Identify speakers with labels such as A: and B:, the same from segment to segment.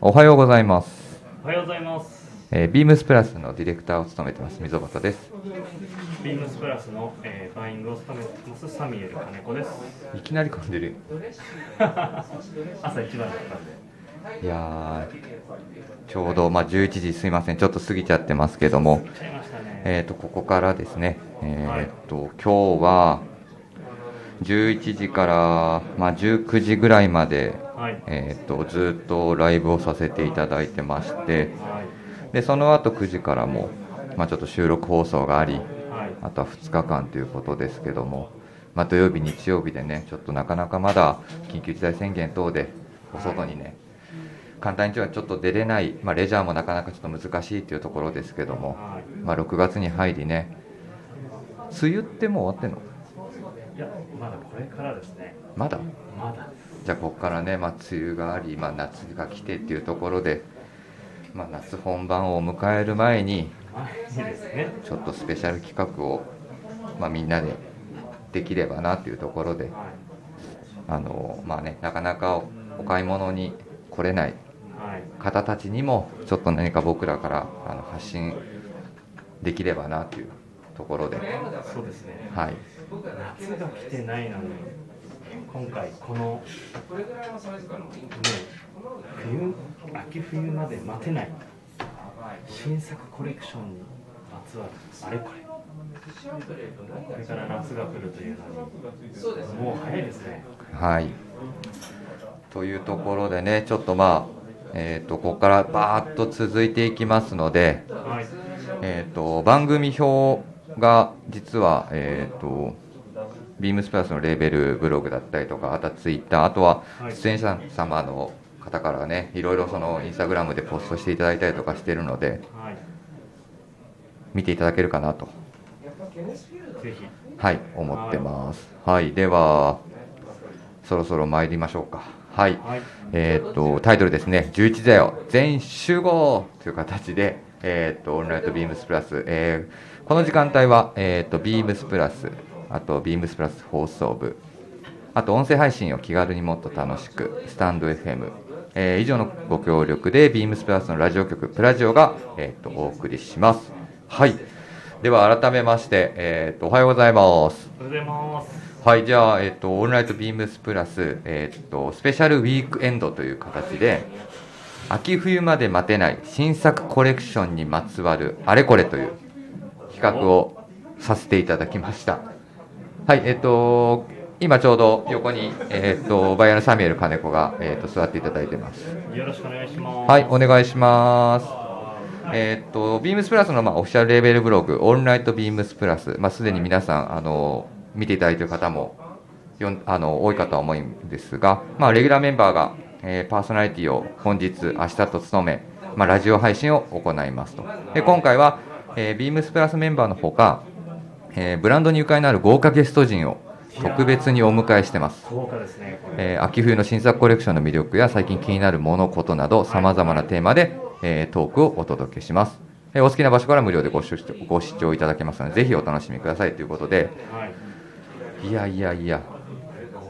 A: おはようございます、
B: おはようございます。
A: えービームスプラスのディレクターを務めてます溝端です
B: ビームスプラスの、えーバインドを務めてますサミュエル金子です。
A: いきなり噛んでる
B: 朝一番だったんで。
A: いやーちょうど、まあ、11時すいませんちょっと過ぎちゃってますけども
B: 来ちゃいましたね。
A: えー、とここからですね、えーと今日は11時から、まあ、19時ぐらいまで、
B: はい。
A: えー、とずっとライブをさせていただいてまして
B: はい。
A: でその後9時からも、まあ、ちょっと収録放送があり
B: はい。
A: あとは2日間ということですけども、まあ、土曜日、日曜日でねちょっとなかなかまだ緊急事態宣言等でお外にね簡単にちょっと出れない、まあ、レジャーもなかなかちょっと難しいというところですけども。
B: は
A: まあ、6月に入りね梅雨ってもう終わってんの
B: い。いや、まだこれからですね。
A: まだ
B: まだ。
A: じゃあここからね、まあ、梅雨があり、まあ、夏が来てっていうところで、まあ、夏本番を迎える前に
B: 前にですね。
A: ちょっとスペシャル企画を、まあ、みんなでできればなっていうところで
B: は
A: あの、まあね、なかなかおお買い物に来れない
B: い。はい。
A: 方たちにもちょっと何か僕らからあの発信できればなっていうところで、
B: そうですね。
A: はい、
B: 夏が来てないのに、今回この、ね、冬、秋冬まで待てない、新作コレクションにまつわる、あれこれ。これから夏が来るというのに、もう早いですね。
A: はい。というところでね、ちょっとまあ、えー、とここからバーッと続いていきますので、
B: はい。
A: えー、と番組表が実は、えー、とビームスプラスのレーベルブログだったりとか、あとはツイッター、あとは
B: はい
A: 出演者様の方からね、いろいろそのインスタグラムでポストしていただいたりとかしてるので、
B: はい。
A: 見ていただけるかなと、
B: ぜひ。
A: はい、思ってます。はい、では、そろそろ参りましょうか。はい。
B: はい。
A: えーっと、タイトルですね、11時だよ、全員集合という形で、えーっと、オンライトビームスプラス、えーこの時間帯は、えーっと、ビームスプラス、あと、ビームスプラス放送部、あと、音声配信を気軽にもっと楽しく、スタンド FM、えー以上のご協力で、ビームスプラスのラジオ局、プラジオが、えーっと、お送りします。はい。では、改めまして、えーっと、おはようございます。
B: おはようございます。
A: はい、じゃあ、えっと、オンライトビームスプラス、えっと、スペシャルウィークエンドという形で、秋冬まで待てない新作コレクションにまつわるあれこれという企画をさせていただきました。はい、えっと、今ちょうど横に、えっと、バイアのサミュエル金子が、えっと、座っていただいてます。
B: よろしくお願いします。
A: はい、お願いします。えーっと、ビームスプラスの、まあ、オフィシャルレーベルブログ、オンライトビームスプラス、まあ、すでに皆さん、あの、見ていただいている方も、よんあの、多いかとは思うんですが、まあ、レギュラーメンバーが、えーパーソナリティを本日、明日と務め、まあ、ラジオ配信を行いますと。で、今回は、えービームスプラスメンバーのほか、えーブランドにゆかりのある豪華ゲスト陣を特別にお迎えしてます。
B: 豪華ですね。これ
A: えー秋冬の新作コレクションの魅力や最近気になるものことなどさまざまなテーマで、えートークをお届けします、えーお好きな場所から無料でご視聴ご視聴いただけますのでぜひお楽しみくださいということで
B: はい。
A: いやいやいや、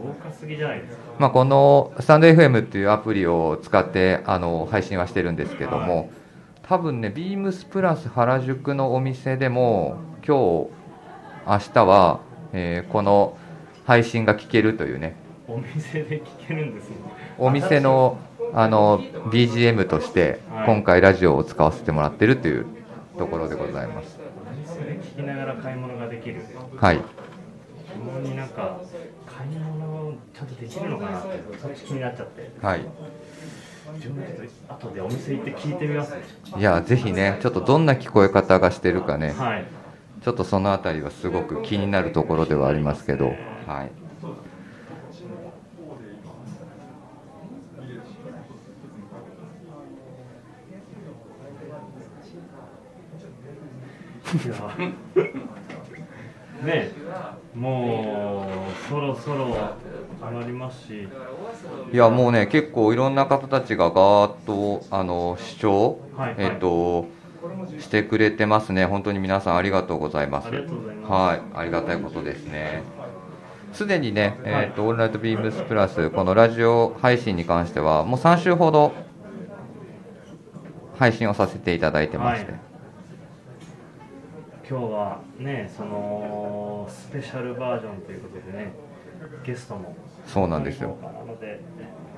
B: 豪華すぎじゃないですか。
A: まあ、このスタンド FM っていうアプリを使ってあの配信はしてるんですけども、多分ねビームスプラス原宿のお店でも今日明日は、えーこの配信が聞けるというね
B: お店で聞けるんですね。
A: お店のあの BGM として
B: はい
A: 今回ラジオを使わせてもらってるというところでございます。
B: お店で聞きながら買い物ができる。
A: はい、
B: 疑問になんか買い物をちゃんとできるのかなってそっち気になっちゃって。
A: はい、
B: 自分でちょっと後でお店行って聞いてみます。
A: いやぜひねちょっとどんな聞こえ方がしてるかね
B: はい。
A: ちょっとそのあたりはすごく気になるところではありますけど、はい、
B: いやねえもうそろそろ上がりますし、
A: いやもうね結構いろんな方たちがガーッとあの視聴、
B: はい
A: えっ、としてくれてますね本当に皆さんありがとうございます
B: ありがとうございます
A: はいありがたいことですねすでにね、えっとオンライトビームスプラスこのラジオ配信に関してはもう3週ほど配信をさせていただいてまして、
B: はい今日はねそのスペシャルバージョンということでねゲストも
A: そうなんですよ
B: なので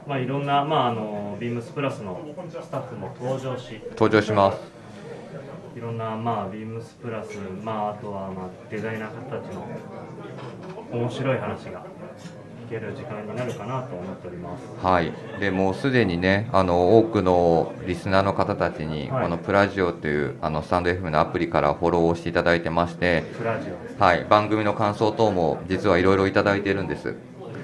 B: まあいろんなまああのビームスプラスのスタッフも登場し
A: 登場します
B: いろんなまあビームスプラスまああとはまあデザイナー方たちの面白い話が聞ける時間になるかなと思っております。
A: はい、でもうすでにねあの多くのリスナーの方たちに、
B: はい
A: このプラジオというあのスタンド FM のアプリからフォローをしていただいてまして、
B: プラジオです。
A: はい、番組の感想等も実はいろいろいただいてるんです。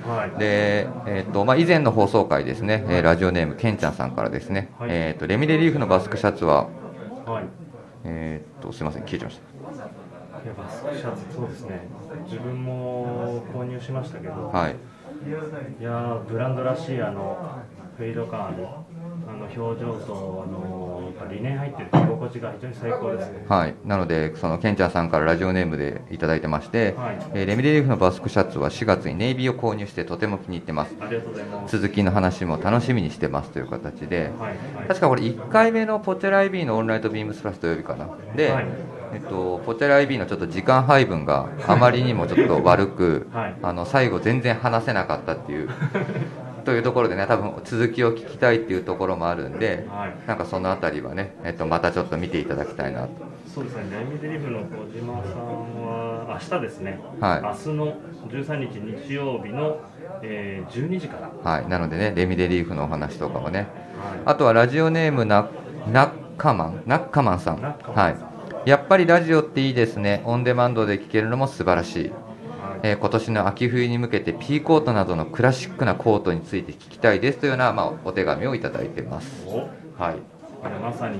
B: はい。
A: で、えっとまあ、以前の放送回ですね、えーラジオネームけんちゃんさんからですね、
B: はい
A: えっとレミレリーフのバスクシャツは、
B: はい。
A: えっとすいません消えちゃいまし
B: いやバスクシャツそうですね。自分も購入しましたけど。
A: た、はい、
B: いやーブランドらしいあのフェード感あるあの表情とあのやっぱ理念入ってる着心地が非常に最高ですね。
A: はい、なのでそのけんちゃんさんからラジオネームでいただいてまして、
B: はい
A: えーレミレリーフのバスクシャツは4月にネイビーを購入してとても気に入ってます
B: ありがとうございます。
A: 続きの話も楽しみにしてますという形で、
B: はいはい。
A: 確かこれ1回目のポチェラ IB のオンラインとビームスプラス土曜日かな、で、
B: はい
A: えっと、ポチェラ IB のちょっと時間配分があまりにもちょっと悪く、
B: はい
A: あの最後、全然話せなかったって いう。というところでね、多分続きを聞きたいっていうところもあるんで、
B: はい
A: なんかそのあたりはね、えっと、またちょっと見ていただきたいなと。
B: そうですね。レミデリブの小島さんは明日ですね。
A: はい
B: 明日の13日日曜日の、えー、12時から。
A: はい、なのでね、レミデリーフのお話とかもね、
B: はい
A: あとはラジオネームな、ナッカマン、ナッカマンさん。
B: ナッカマンさん
A: はい。やっぱりラジオっていいですね。オンデマンドで聴けるのも素晴らしい。
B: はい。
A: えー今年の秋冬に向けてピーコートなどのクラシックなコートについて聞きたいですというような、まあ、お手紙をいただいてます。
B: お、こ
A: はい。
B: れまさに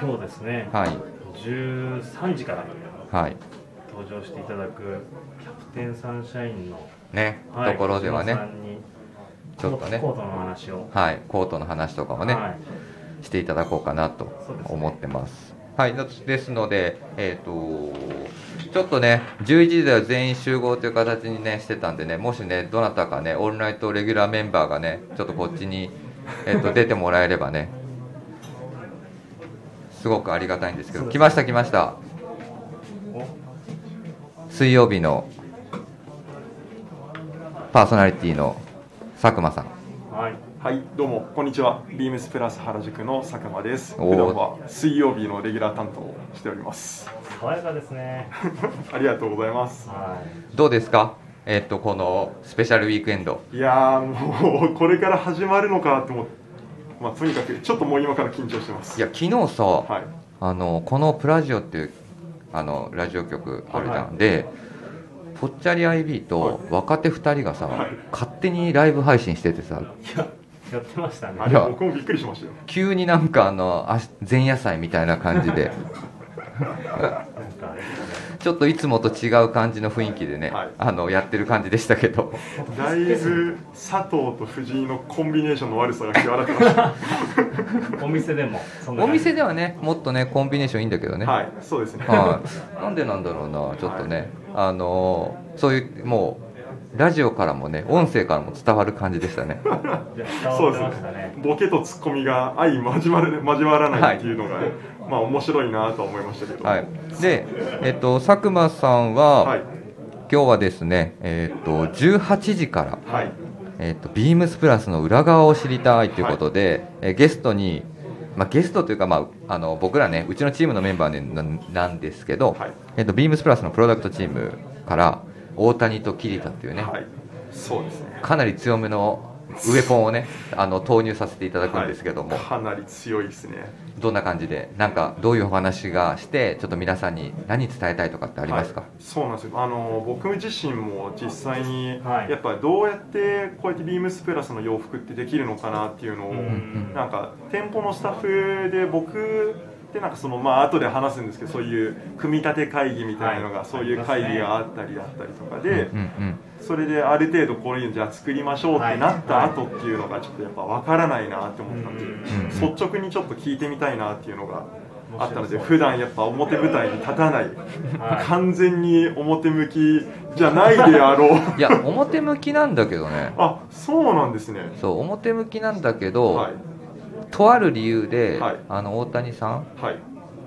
B: 今日ですね。
A: はい。
B: 13時から
A: はい。
B: 登場していただくキャプテンサンシャインの
A: ね、
B: はい
A: ところではね
B: 小島、さんに
A: ちょっとね
B: コートの話を、
A: はい、コートの話とかもね、
B: はい、
A: していただこうかなと思ってます。はい、なですので、えっ、と、ちょっとね、11時では全員集合という形にね、してたんでね、もしね、どなたかね、オンライトレギュラーメンバーがね、ちょっとこっちに、えっ と出てもらえればね、すごくありがたいんですけど、来ました、来ました、
B: お
A: 水曜日のパーソナリティの佐久間さん。
B: はい
C: はい、どうも、こんにちは。ビームスプラス原宿の佐久間です。
A: おー
C: 普段は水曜日のレギュラー担当をしております。
B: 爽やかですね
C: ありがとうございます。
B: は
A: どうですかえっ、と、このスペシャルウィークエンド。
C: いやー、もうこれから始まるのかと思って、まあ、とにかくちょっともう今から緊張してます。
A: いや、昨日さ、
C: はい、
A: あのこのプラジオっていうあのラジオ局あるじゃん、
B: は
A: でぽっちゃり IB と若手2人がさ、
C: はい
A: 勝手にライブ配信しててさ
B: いいややってましたね
C: あ
A: い
C: れ、
A: や
C: 僕もびっくりしましたよ。
A: 急になんかあのあし前夜祭みたいな感じ で
B: なんかあれですね
A: ちょっといつもと違う感じの雰囲気でね、
C: はい
A: あのやってる感じでしたけど
C: だいぶ佐藤と藤井のコンビネーションの悪さが際立ってました。
B: お店でもそんな
A: お
B: 感じ
A: 店ではねもっとねコンビネーションいいんだけど ね、
C: はい、そうですね。
A: はいなんでなんだろうなちょっとね、あのそういうもうラジオからもね音声からも伝わる感じでしたね
B: いや伝
C: そ
B: わ
C: う
B: ってま
C: で
B: し
C: す
B: たね
C: ね。ボケとツッコミが相交わる交わらないっていうのが、まあ面白いなとは思いましたけど。
A: はい、で、えっと、佐久間さんは、
C: はい。
A: 今日はですね、えっと、18時から、
C: はい。
A: えっと、ビームスプラスの裏側を知りたいということで、えゲストに、まあ、ゲストというか、まあ、あの僕らねうちのチームのメンバー、ね、ななんですけど、
C: はい
A: えっと、ビームスプラスのプロダクトチームから大谷と桐田っていうね、
C: はい、そうですね。
A: かなり強めのウェポンをねあの投入させていただくんですけども、
C: はいかなり強いですね。
A: どんな感じでなんかどういうお話がしてちょっと皆さんに何伝えたいとかってありますか、
C: はいそうなんですよ。あの僕自身も実際に、
B: はい
C: やっぱどうやってこうやってビームスプラスの洋服ってできるのかなっていうのを、
B: うん
C: なんか店舗のスタッフで僕でなんかそのまあ後で話すんですけどそういう組み立て会議みたいなのが、
B: はい
C: そういう会議があったりだったりとかで、
A: うんうん
C: それである程度こういうのじゃあ作りましょうってなっ
B: は
C: た
B: い
C: 後っていうのがちょっとやっぱ分からないなって思ったんで、
B: うん
C: 率直にちょっと聞いてみたいなっていうのがあったので
B: 面白そう
C: 普段やっぱ表舞台に立たない、
B: はい
C: 完全に表向きじゃないで あろう
A: いや表向きなんだけどね
C: あそうなんですね
A: そう表向きなんだけど、
C: はい
A: とある理由で、
C: はい
A: あの大谷さんっ
C: はい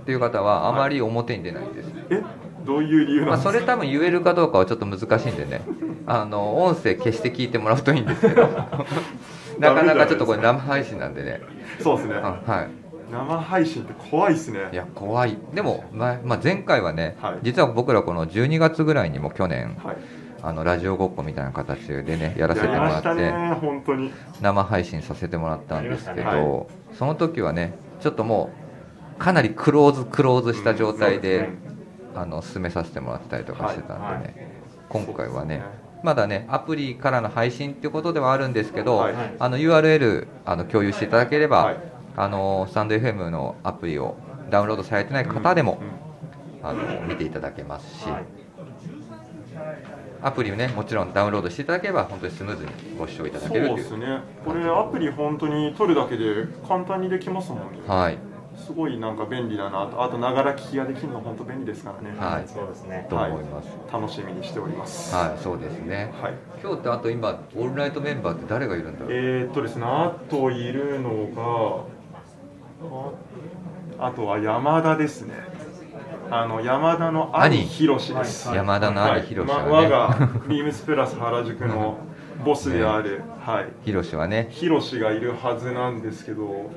A: ていう方はあまり表に出ないんです、
C: えどういう理由
A: ま
C: な
A: あ、
C: んですか、
A: それ多分言えるかどうかはちょっと難しいんでねあの音声消して聞いてもらうといいんですけ どなかなかちょっとこれ生配信なんでね
C: そうですね
A: うんは
C: 生配信って怖いですね
A: いいや怖いでも、まあまあ、前回はね、
C: はい
A: 実は僕らこの12月ぐらいにも去年
C: はい
A: あのラジオごっこみたいな形でねやらせても
C: やりま
A: らっ
C: してたね本当に
A: 生配信させてもらったんですけど、
C: やりましたねは
A: その時はねちょっともうかなりクローズクローズした状態で,、
C: うんそうです
A: あの進めさせてもらってたりとかしてたんでね、今回はね
C: そうですね
A: まだねアプリからの配信っていうことではあるんですけど、
C: はい
A: あの URL あの共有していただければ、
C: はい
A: あのスタンド FM のアプリをダウンロードされてない方でも、あの見ていただけますし、
B: はい
A: アプリをねもちろんダウンロードしていただければ本当にスムーズにご視聴いただ
C: そう
A: けるとい
C: で
A: う
C: すねこれアプリ本当に取るだけで簡単にできますもんね
A: はい
C: すごいなんか便利だなとあとながら聞きができるの本当便利ですからね
A: はい
B: そうですね
A: と思います、
C: 楽しみにしております
A: はい、そうですね。
C: はい
A: 今日ってあと今オールナイトメンバーって誰がいるんだろう。
C: えー、っとですねあといるのがああとは山田ですねあの山田の兄
A: 兄
C: 博士です、
B: はいはい
A: 山田の兄博士
C: はいま
A: はね
C: 我がビームスプラス原宿のボスである、はい
A: ヒロシはね、
C: 博士がいるはずなんですけど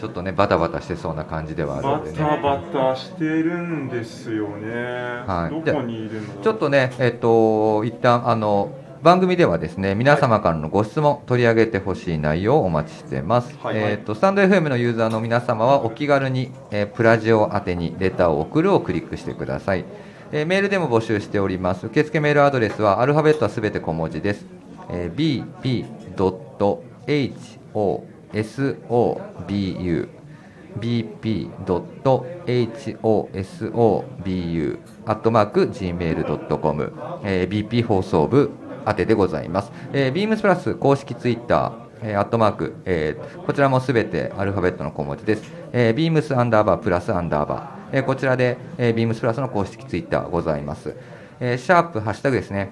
A: ちょっとねバタバタしてそうな感じではあ
C: バ
A: るんで
C: タ
A: ね。
C: バタしてるんですよね、
A: はい
C: どこにいるの
A: ちょっとね、えっと一旦あの番組ではですね皆様からのご質問取り上げてほしい内容をお待ちしています、
C: はい
A: えっとスタンド FM のユーザーの皆様はお気軽に、えープラジオ宛てにレターを送るをクリックしてください、えーメールでも募集しております受付メールアドレスはアルファベットはすべて小文字です、えー bp.hosobu bp.hosobu.gmail.com、えー bp 放送部宛てでございます。えー、beams プラス公式ツイッター、えー、アットマーク、えーこちらもすべてアルファベットの小文字です。えー、beams アンダーバープラスアンダーバー、えーこちらで、えー、beams プラスの公式ツイッターございます。えーシャープ、ハッシュタグですね。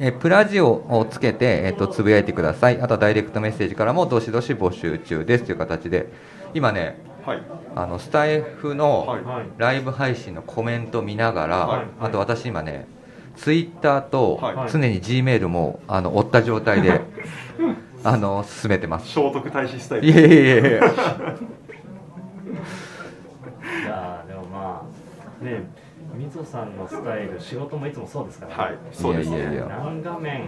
A: えープラジオをつけて、えー、とつぶやいてください。あとはダイレクトメッセージからもどしどし募集中ですという形で、今ね、
C: はい
A: あのスタイフの
C: は
B: はいい
A: ライブ配信のコメント見ながら、
C: はい
A: あと私今ねツイッターと
C: はい
A: 常に G メールもあの追った状態であの進めてます
C: 聖徳太子スタイル
A: いえいえいえ
B: いやーでもまあねみぞさんのスタイル仕事もいつもそうですから、
C: はいそうですね
A: いやいやいや
B: 何画面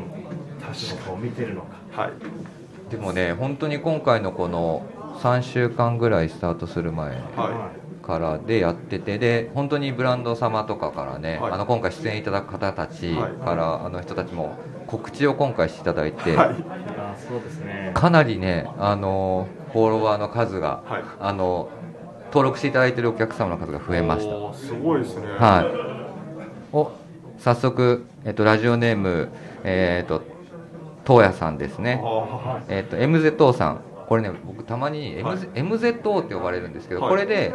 B: 確かを見てるのか
C: はい
A: でもね本当に今回のこの3週間ぐらいスタートする前
C: は
A: からでやっててで本当にブランド様とかからね、
C: はい
A: あの今回出演いただく方たち
C: はい
A: から、あの人たちも告知を今回していただいて、
C: はい
B: い、いやーそうですね
A: かなりね、あのフォロワーの数が、
C: はい
A: あの登録していただいているお客様の数が増えました。
C: おーすごいですね
A: はい、お早速、えっと、ラジオネーム、えっと東谷さんですね、
C: あ
A: えっと MZO さん、これね、僕、たまに MZ、MZO って呼ばれるんですけど、
C: はい
A: これで、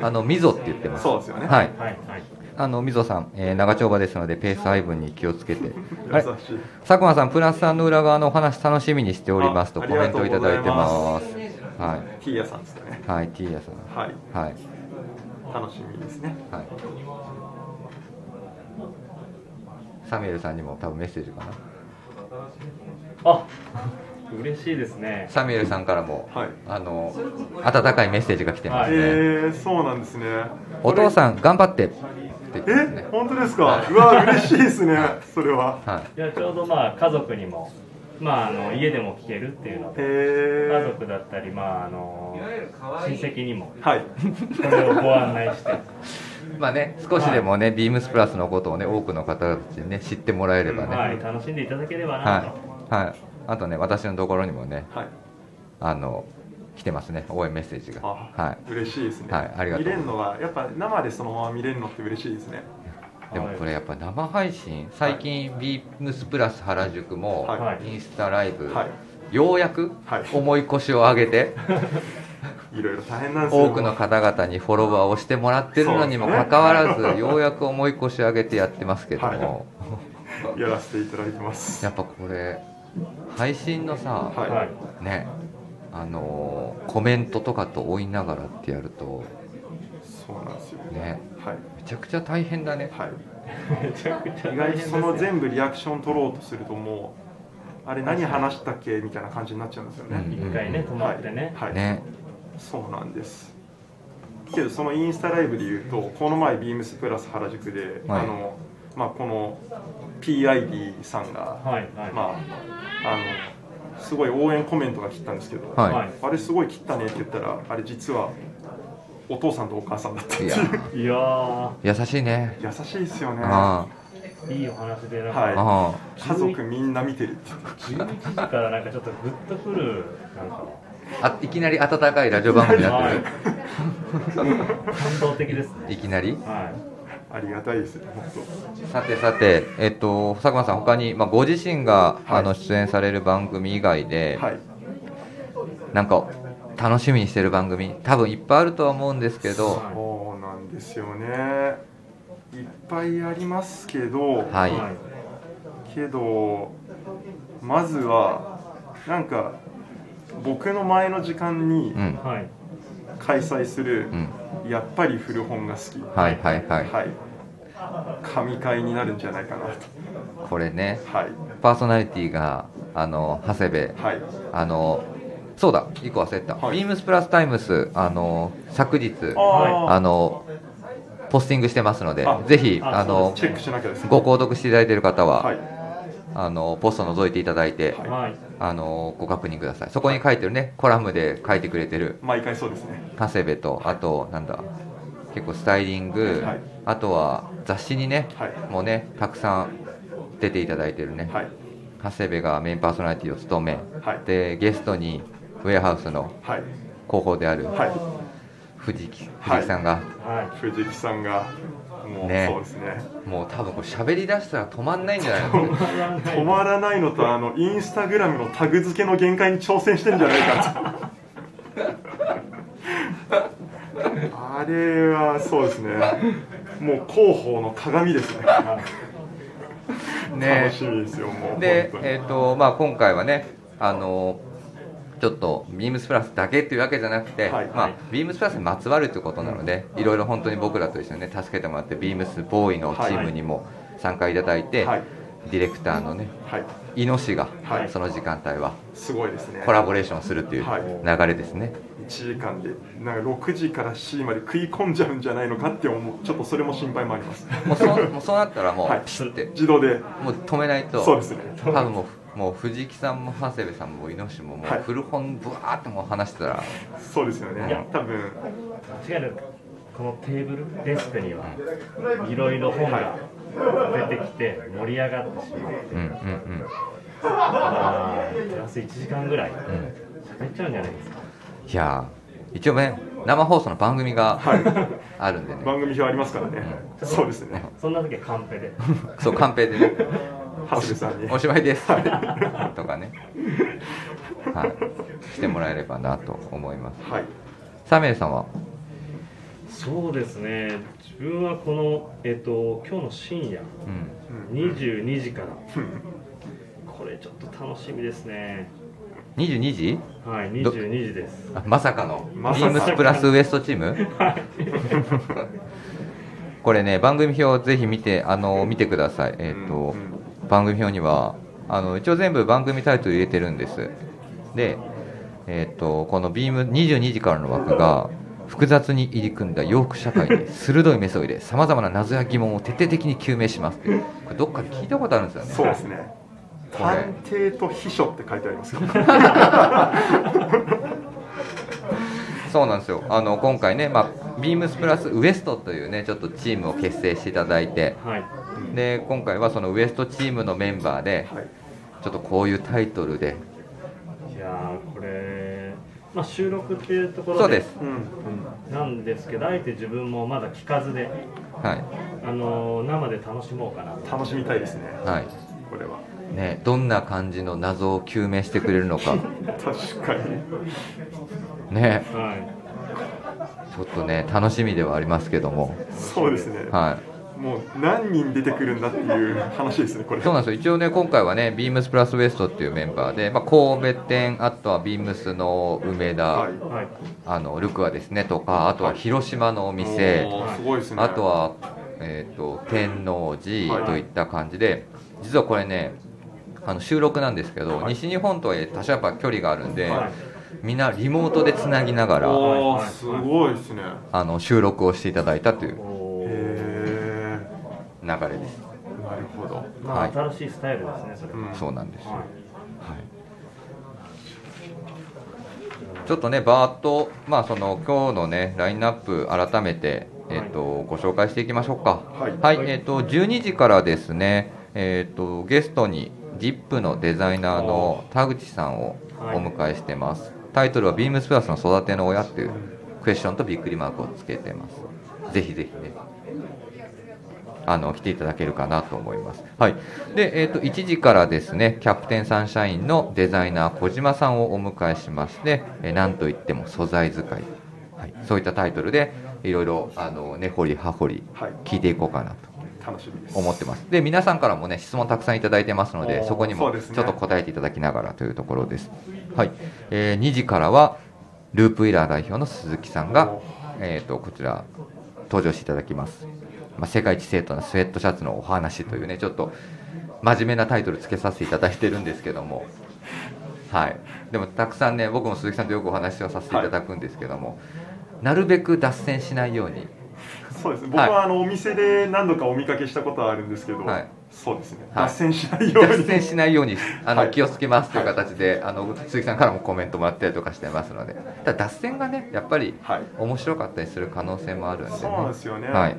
A: あのみぞって言って
C: ー
A: ます。
C: そうですよね
A: はい、
B: はいはい
A: あのみぞさん、えー長丁場ですので、ペース配分に気をつけて。あれ
C: 優しい
A: 佐久間さん、プラスさんの裏側のお話楽しみにしておりますと
C: あ
A: コメントいただいてます。は
C: ティーヤさんですかね
A: い、はい、ティーヤさん。
C: はい
A: はい、
C: 楽しみですね
A: はい。サミュエルさんにも多分メッセージかな。
B: あ 嬉しいですね
A: サミュエルさんからも、
C: はい
A: あの温かいメッセージが来てますね。
C: えー、そうなんですね
A: お父さん頑張ってって言ってます
C: え
A: ね。
C: 本当ですかうわ嬉しいですねそれは
A: はい
B: やちょうどまあ家族にもまああの家でも聞けるっていうの
C: え
B: で家
C: ー、
B: 族だったりまああの親戚にも
C: はい
B: これをご案内 して
A: い。まあね少しでもね、ビームスプラスのことをね多くの方たちにね知ってもらえればね。
B: は
A: はい
B: い、楽しんでいただければなと、
A: はい。あとね私のところにもね
C: はい
A: あの来てますね応援メッセージが。
C: あ、
A: はい。
C: 嬉しいですね、
A: はいありがとう
C: 見れるのはやっぱ生でそのまま見れるのって嬉しいですね
A: でもこれやっぱ生配信最近ビームスプラス原宿も
C: はい
A: インスタライブ、
C: は
A: ようやく
C: はい
A: 重い腰を上げ て
C: いろいろ大変なんですよ
A: 多くの方々にフォロワーをしてもらってるのにもかかわらずようやく重い腰を上げてやってますけども
C: やらせていただいてます
A: やっぱこれ配信のさ
C: はい
B: はい
A: ねあのコメントとかと追いながらってやると
C: そうなんですよ
A: ね
C: はい
A: めちゃくちゃ大変だね
C: はい
B: めちゃくちゃ
C: 意外にその
B: 全
C: 全部リアクション取ろうとするともうあれ何話したっけみたいな感じになっちゃうんですよ
A: うん
C: ね、
B: 一回ね止まってね、
C: はい、はい
A: ね
C: そうなんですけどそのインスタライブで言うとこの前ビームスプラス原宿で、
A: はい
C: あのまあこの PID さんが、
B: はいはい
C: まああのすごい応援コメントが切ったんですけど、
A: はい
B: はい
C: あれすごい切ったねって言ったらあれ実はお父さんとお母さんだったっていう
A: いやー
B: いやー
A: 優しいね
C: 優しいですよね
A: あ
B: いいお話でなんか、
A: あ
C: はい
A: あ
C: 家族みんな見てるって言って
B: 11時からなんかちょっとグッとくるなんか
A: ああいきなり温かいラジオ番組になって
B: はい感動的です
A: るい
B: ね
A: きなり
B: はい
C: ありがたいですね本
A: さてさて、えっと、佐久間さん、他に、まあ、ご自身が、
C: はい
A: あの出演される番組以外で、
C: 当はい
A: なんか楽しみにしてる番組、多分いっぱいあるとは思うんですけど、
B: はい
C: そうなんですよねいっぱいありますけど、
A: はい
B: はい
C: けどまずはなんか僕の前の時間に
A: うん、
B: はい
C: 開催する
A: う、ん、
C: やっぱり古本が好き
A: はいはいはい、
C: はい神回になるんじゃないかなと
A: これね、
C: はい
A: パーソナリティがあの長谷部、
C: はい
A: あのそうだ、一個忘れてた、
C: はい
A: ビームスプラスタイムス、あの昨日
C: あ
A: あ
C: あ
A: の、ポスティングしてますので
C: あ、
A: ぜひ
B: あ
A: あの
C: チェックしなきゃですね
A: ご購読していただいている方は、
C: はい
A: あのポスト覗いていただいて。
C: はい
B: はい
A: あのご確認ください。そこに書いてるね、コラムで書いてくれてる
C: 毎回そうですね
A: 長谷部と、あと、なんだ、結構スタイリング、
C: はい
A: あとは雑誌にね、
C: はい
A: もうね、たくさん出ていただいてるね、
C: はい
A: 長谷部がメインパーソナリティを務め、
C: はい
A: でゲストにウェアハウスの
C: はい
A: 広報である
C: は
A: 藤木,、
C: はい
A: 藤木さんが、
B: はい
C: い藤木さんがもう、
A: ね
C: そうですね
A: もう多分これ喋り出したら止まんないんじゃないの
C: 止まらないのとあのインスタグラムのタグ付けの限界に挑戦してんじゃないかと あれはそうですねもう広報の鏡ですね
A: ね
C: 楽しみですよもう
A: で、
C: 本当に
A: えーとまあ、今回はね、あのちょっとビームスプラスだけというわけじゃなくて、
C: はい
A: まあ、ビームスプラスにまつわるということなので、いろいろ本当に僕らと一緒に、ね、助けてもらって、ビームスボーイのチームにも参加いただいて、
C: はい
A: ディレクターのね、
C: はい
A: イノシが、
C: はい
A: その時間帯は
C: すごいですね
A: コラボレーションするという
C: はい
A: 流れですね。
C: 1時間でなんか6時から7時まで食い込んじゃうんじゃないのかって思うちょっとそれも心配もあります
A: もうそうもうそうなったらもう、
C: はい
A: ピシッて
C: 自動で
A: もう止めないと
C: そうですね
A: 多分もうもう藤木さんも長谷部さんもイノシもも
C: はいう
A: 古本ぶわーってもう話してたら
C: そうですよ
A: いや
C: ね多分
B: 間違いなくこのテーブルデスクにはいろいろ本が出てきて盛り上がってしまう
A: うんうんうん
B: あープラス1時間ぐらい喋っちゃうんじゃないですか
A: いやー一応ね生放送の番組があるんでね、
C: 番組表ありますからねそうですね
B: そんな時はカンペで
A: そうカンペでね
C: 長谷部さんに
A: おしまいです とかね、はい、してもらえればなと思います
C: はい
A: サミュエルさんは
B: そうですね自分はこのえっと今日の深夜
A: うん
B: 22時からこれちょっと楽しみですね
A: 22時
B: はい22時です
A: あまさかの
C: ま
A: ビ
C: さか
A: ームスプラスウエストチームこれね番組表をぜひ見てあの見てくださいえっ、と、
C: うん
A: 番組表にはあの一応全部番組タイトル入れてるんですでえっ、とこのビーム22時からの枠が複雑に入り組んだ洋服社会に鋭い目そいでさまざまな謎や疑問を徹底的に究明しますこれどっかで聞いたことあるんですよね
C: そうですね。
A: これ
C: 探偵と秘書って書いてありますよ。
A: そうなんですよあの今回ね、まあ、ビームスプラスウエストというねちょっとチームを結成していただいて
B: はい
A: で今回はそのウエストチームのメンバーで
C: はい。
A: ちょっとこういうタイトルで
B: いやーこれまあ収録っていうところ
A: そうです、
C: うん。
B: なんですけどあえて自分もまだ聞かずで
A: は
B: あのー生で楽しもうかな
C: 楽しみたいですね。
A: い、はい
C: これは。
A: ね、どんな感じの謎を究明してくれるのか、
C: 確かに。
A: ね、
B: はい
A: ちょっとね、楽しみではありますけども、
C: そうですね。
A: は
C: もう何人出てくるんだっていう話ですねこれ
A: そうなんですよ一応ね今回はねビームスプラスウエストっていうメンバーで、まあ、神戸店あとはビームスの梅田、
C: はい
B: はい
A: あのルクアですねとかあとは広島のお店、
C: おーすごいですね
A: あとは、えー、と天王寺といった感じで実はこれねあの収録なんですけど、
C: はい
A: 西日本とは多少やっぱ距離があるんで、
C: はい
A: みんなリモートでつなぎながら
C: おーすごいですね
A: あの収録をしていただいたという
B: お
C: へ
B: ー
C: え
A: 流れです、
C: なるほど
B: ま
A: は
B: あ
A: い
B: 新しいスタイルですねそれは、
C: うん
A: そうなんです、
B: は
A: ちょっとねバーッと、まあ、その今日のねラインナップ改めて、えっとご紹介していきましょうか
C: はい
A: えっと12時からですね、えっとゲストに ZIP のデザイナーの田口さんを
B: はい
A: お迎えしてます、タイトルは「ビームスプラスの育ての親」っていうクエスチョンとびっくりマークをつけてますぜひぜひねあの来ていただけるかなと思います。はい、で、えー、と1時からですねキャプテンサンシャインのデザイナー小島さんをお迎えしまして、えーなんといっても素材使い、はい、そういったタイトルでいろいろあの根掘り葉掘り
C: はい
A: 聞いていこうかなと
C: 楽しみです
A: 思ってます。で皆さんからもね質問たくさんいただいてますの
C: お
A: で
C: ー
A: そこに
C: そ
A: も
C: うですね
A: ちょっと答えていただきながらというところです。はい、えー2時からはループイラー代表の鈴木さんが
C: おー、
A: えー、とこちら登場していただきます。まあ、世界一正当なスウェットシャツのお話というねちょっと真面目なタイトルつけさせていただいてるんですけども。はい、でもたくさんね僕も鈴木さんとよくお話をさせていただくんですけども、なるべく脱線しないように
C: そうですね僕はあのお店で何度かお見かけしたことはあるんですけど、
A: はい
C: そうですね
A: はい
C: 脱線しないよ う
A: 脱
C: に
A: 線しないようにあの、
C: はい
A: 気をつけますという形で、あの鈴木さんからもコメントもらったりとかしてますのでただ脱線がねやっぱり
C: はい
A: 面白かったりする可能性もあるんで、ね、
C: そうなんですよね
A: はい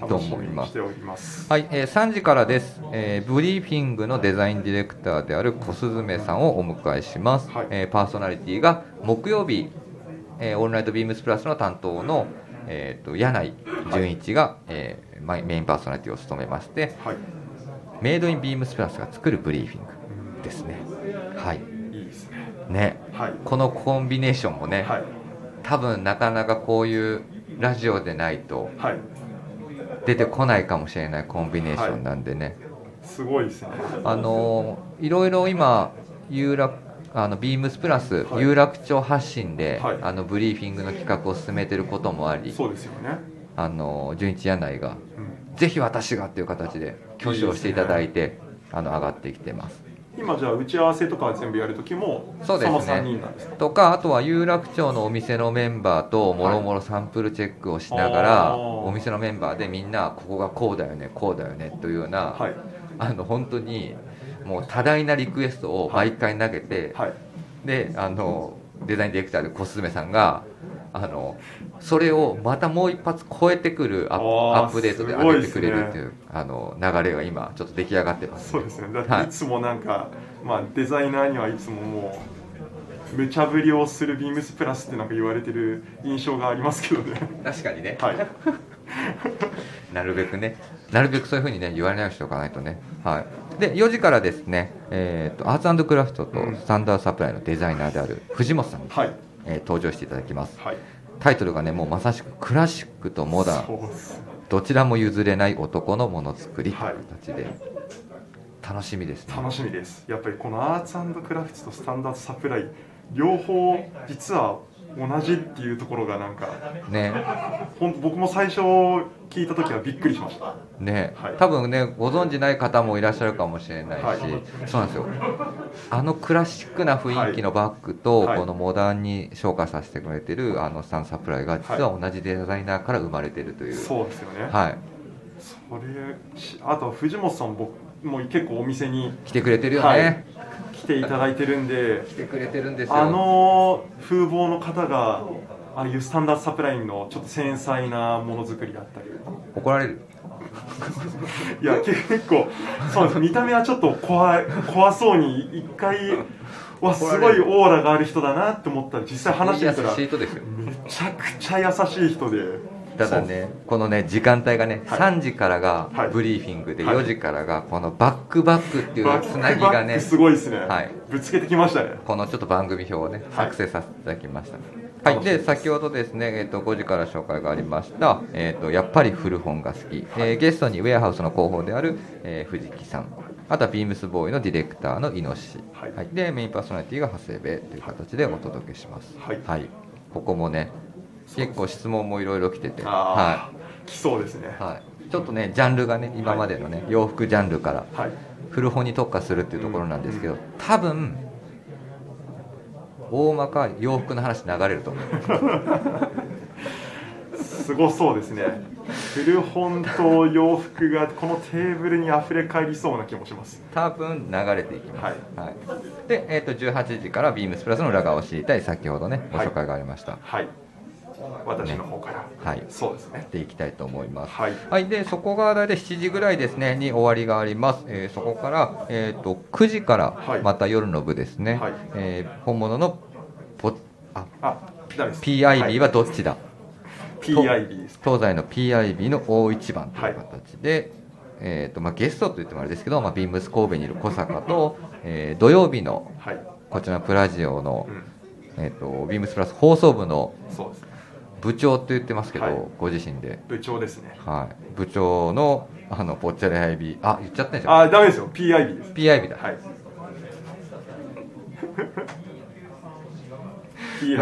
A: と
C: 楽し
A: 思
C: み
A: い
C: に
A: ま
C: し
A: す
C: ております
A: はい、えー3時からです、えーブリーフィングのデザインディレクターである小鈴さんをお迎えします、
C: はい
A: えーパーソナリティが木曜日、えーオールナイトビームスプラスの担当の、えー、と柳井純一が、えーマイメインパーソナリティを務めまして
C: はい、
A: メイドインビームスプラスが作るブリーフィングですねはい
C: いいですね
A: ね
C: はい
A: このコンビネーションもね、
C: はい
A: 多分なかなかこういうラジオでないと
C: はい
A: 出てこないかもしれないコンビネーションなんでね、
C: すごいですね
A: あのいろいろ今有楽あのビームスプラス、
C: はい
A: 有楽町発信で、
C: はい
A: あのブリーフィングの企画を進めてることもあり
C: そうですよね、
A: あの純一柳井が
C: うん、
A: ぜひ私がっていう形で挙手をしていただいてあの上がってきてます
C: 今じゃあ打ち合わせとか全部やる時も
A: そうですね
C: その3人なんですか
A: とかあとは有楽町のお店のメンバーともろもろサンプルチェックをしながら、
C: あー
A: お店のメンバーでみんなここがこうだよねこうだよねというような、
C: はい
A: あの本当にもう多大なリクエストを毎回投げて、
C: はい
A: であのデザインディレクターで小スさんがあのそれをまたもう一発超えてくるアップ
C: あー
A: アップデートです
C: ごい
A: 上げ
C: っ
A: て
C: す
A: く
C: ね
A: れるっていう、あの流れが今ちょっと出来上がってます、
C: そうですねだ
A: は
C: っ
A: い
C: ていつもなんか、まあ、デザイナーにはいつももう無茶ぶりをするビームスプラスってなんか言われてる印象がありますけどね
A: 確かにね、
C: はい
A: なるべくねなるべくそういうふうにね言われないようにしておかないとねはいで4時からですね、えー、とアーツクラフトとスタンダードサプライのデザイナーである藤本さんに、
C: はい
A: えー登場していただきます
C: はい
A: タイトルがねもうまさしくクラシックとモダン
C: そうっす
A: どちらも譲れない男のものづくりという形で、楽しみですね。
C: 楽しみですやっぱりこのアーツクラフトとスタンダードサプライ両方実は同じっていうところがなんか
A: ね
C: ほん僕も最初聞いた時はびっくりしました
A: ね、
C: はい
A: 多分ねご存じない方もいらっしゃるかもしれないし、
C: はい
A: そうなんですよあのクラシックな雰囲気のバッグと、
C: はい
A: このモダンに昇華させてくれてるあのスタンサプライが実は同じデザイナーから生まれてるという、
C: そうですよね、
A: はい、
C: それしあと藤本さん僕もう結構お店に
A: 来てくれてるよね、
C: はい来ていただいてるんで
A: 来てくれてるんですよ
C: あの風貌の方がああいうスタンダードサプラインのちょっと繊細なものづくりだったり
A: 怒られる
C: いやけ結構そうです見た目はちょっと怖い怖そうに一回わすごいオーラがある人だなって思ったら実際話してみたら
A: シートですよ
C: めちゃくちゃ優しい人で
A: ただねこのね時間帯がね、
C: はい
A: 3時からが
C: はい
A: ブリーフィングで、
C: はい
A: 4時からがこのバックバックっていう
C: バ
A: つ
C: ッ
A: な
C: ク
A: ぎ
C: バ
A: が
C: ッ
A: ね
C: クすごいですね、
A: はい
C: ぶつけてきましたね
A: このちょっと番組表をね、
C: はい
A: 作成させていただきました、はいで先ほどですね、えっと5時から紹介がありました、えっとやっぱり古本が好き、えーゲストにウェアハウスの広報である、えー藤木さんあとはビームスボーイのディレクターのイノシシ、は
C: はいい
A: でメインパーソナリティが長谷部という形でお届けします、
C: はい
A: ここもね結構質問もいろいろ来てて、は
C: ああ、来そうですね
A: いはい、ちょっとねジャンルがね今までのね、洋服ジャンルから
C: はい
A: 古本に特化するっていうところなんですけど、多分大まか洋服の話流れると 思う
C: すごそうですね古本と洋服がこのテーブルに溢れ返りそうな気もします
A: 多分流れていきます、はいで、えー、と18時からビームスプラスの裏側を知りたい先ほどねご紹介がありました、
C: はい私の方から、
A: はい
C: そうですね
A: やっていきたいと思います
C: はい
A: はい、でそこが大体7時ぐらいですねに終わりがあります、えーそこから、えー、と9時から
C: はい
A: また夜の部ですね、
C: はい
A: えー本物のポあ
C: あダメです
A: PIB はどっちだ、
C: PIB です
A: 東西の PIB の大一番という形で、えーとまあ、ゲストと言ってもあれですけど、まあ、ビームス神戸にいる小坂と、えー土曜日の
C: はい、
A: こちらのプラジオの
C: う、ん、
A: えー、とビームスプラス放送部の
C: そうですね
A: 部長と言ってますけど、
C: はい
A: ご自身で、
C: 部長ですね
A: はい、部長のあのぽっちゃり IB あ言っちゃったんじゃん
C: あダメですよ PIB です
A: PIB だ、
C: はい
A: ま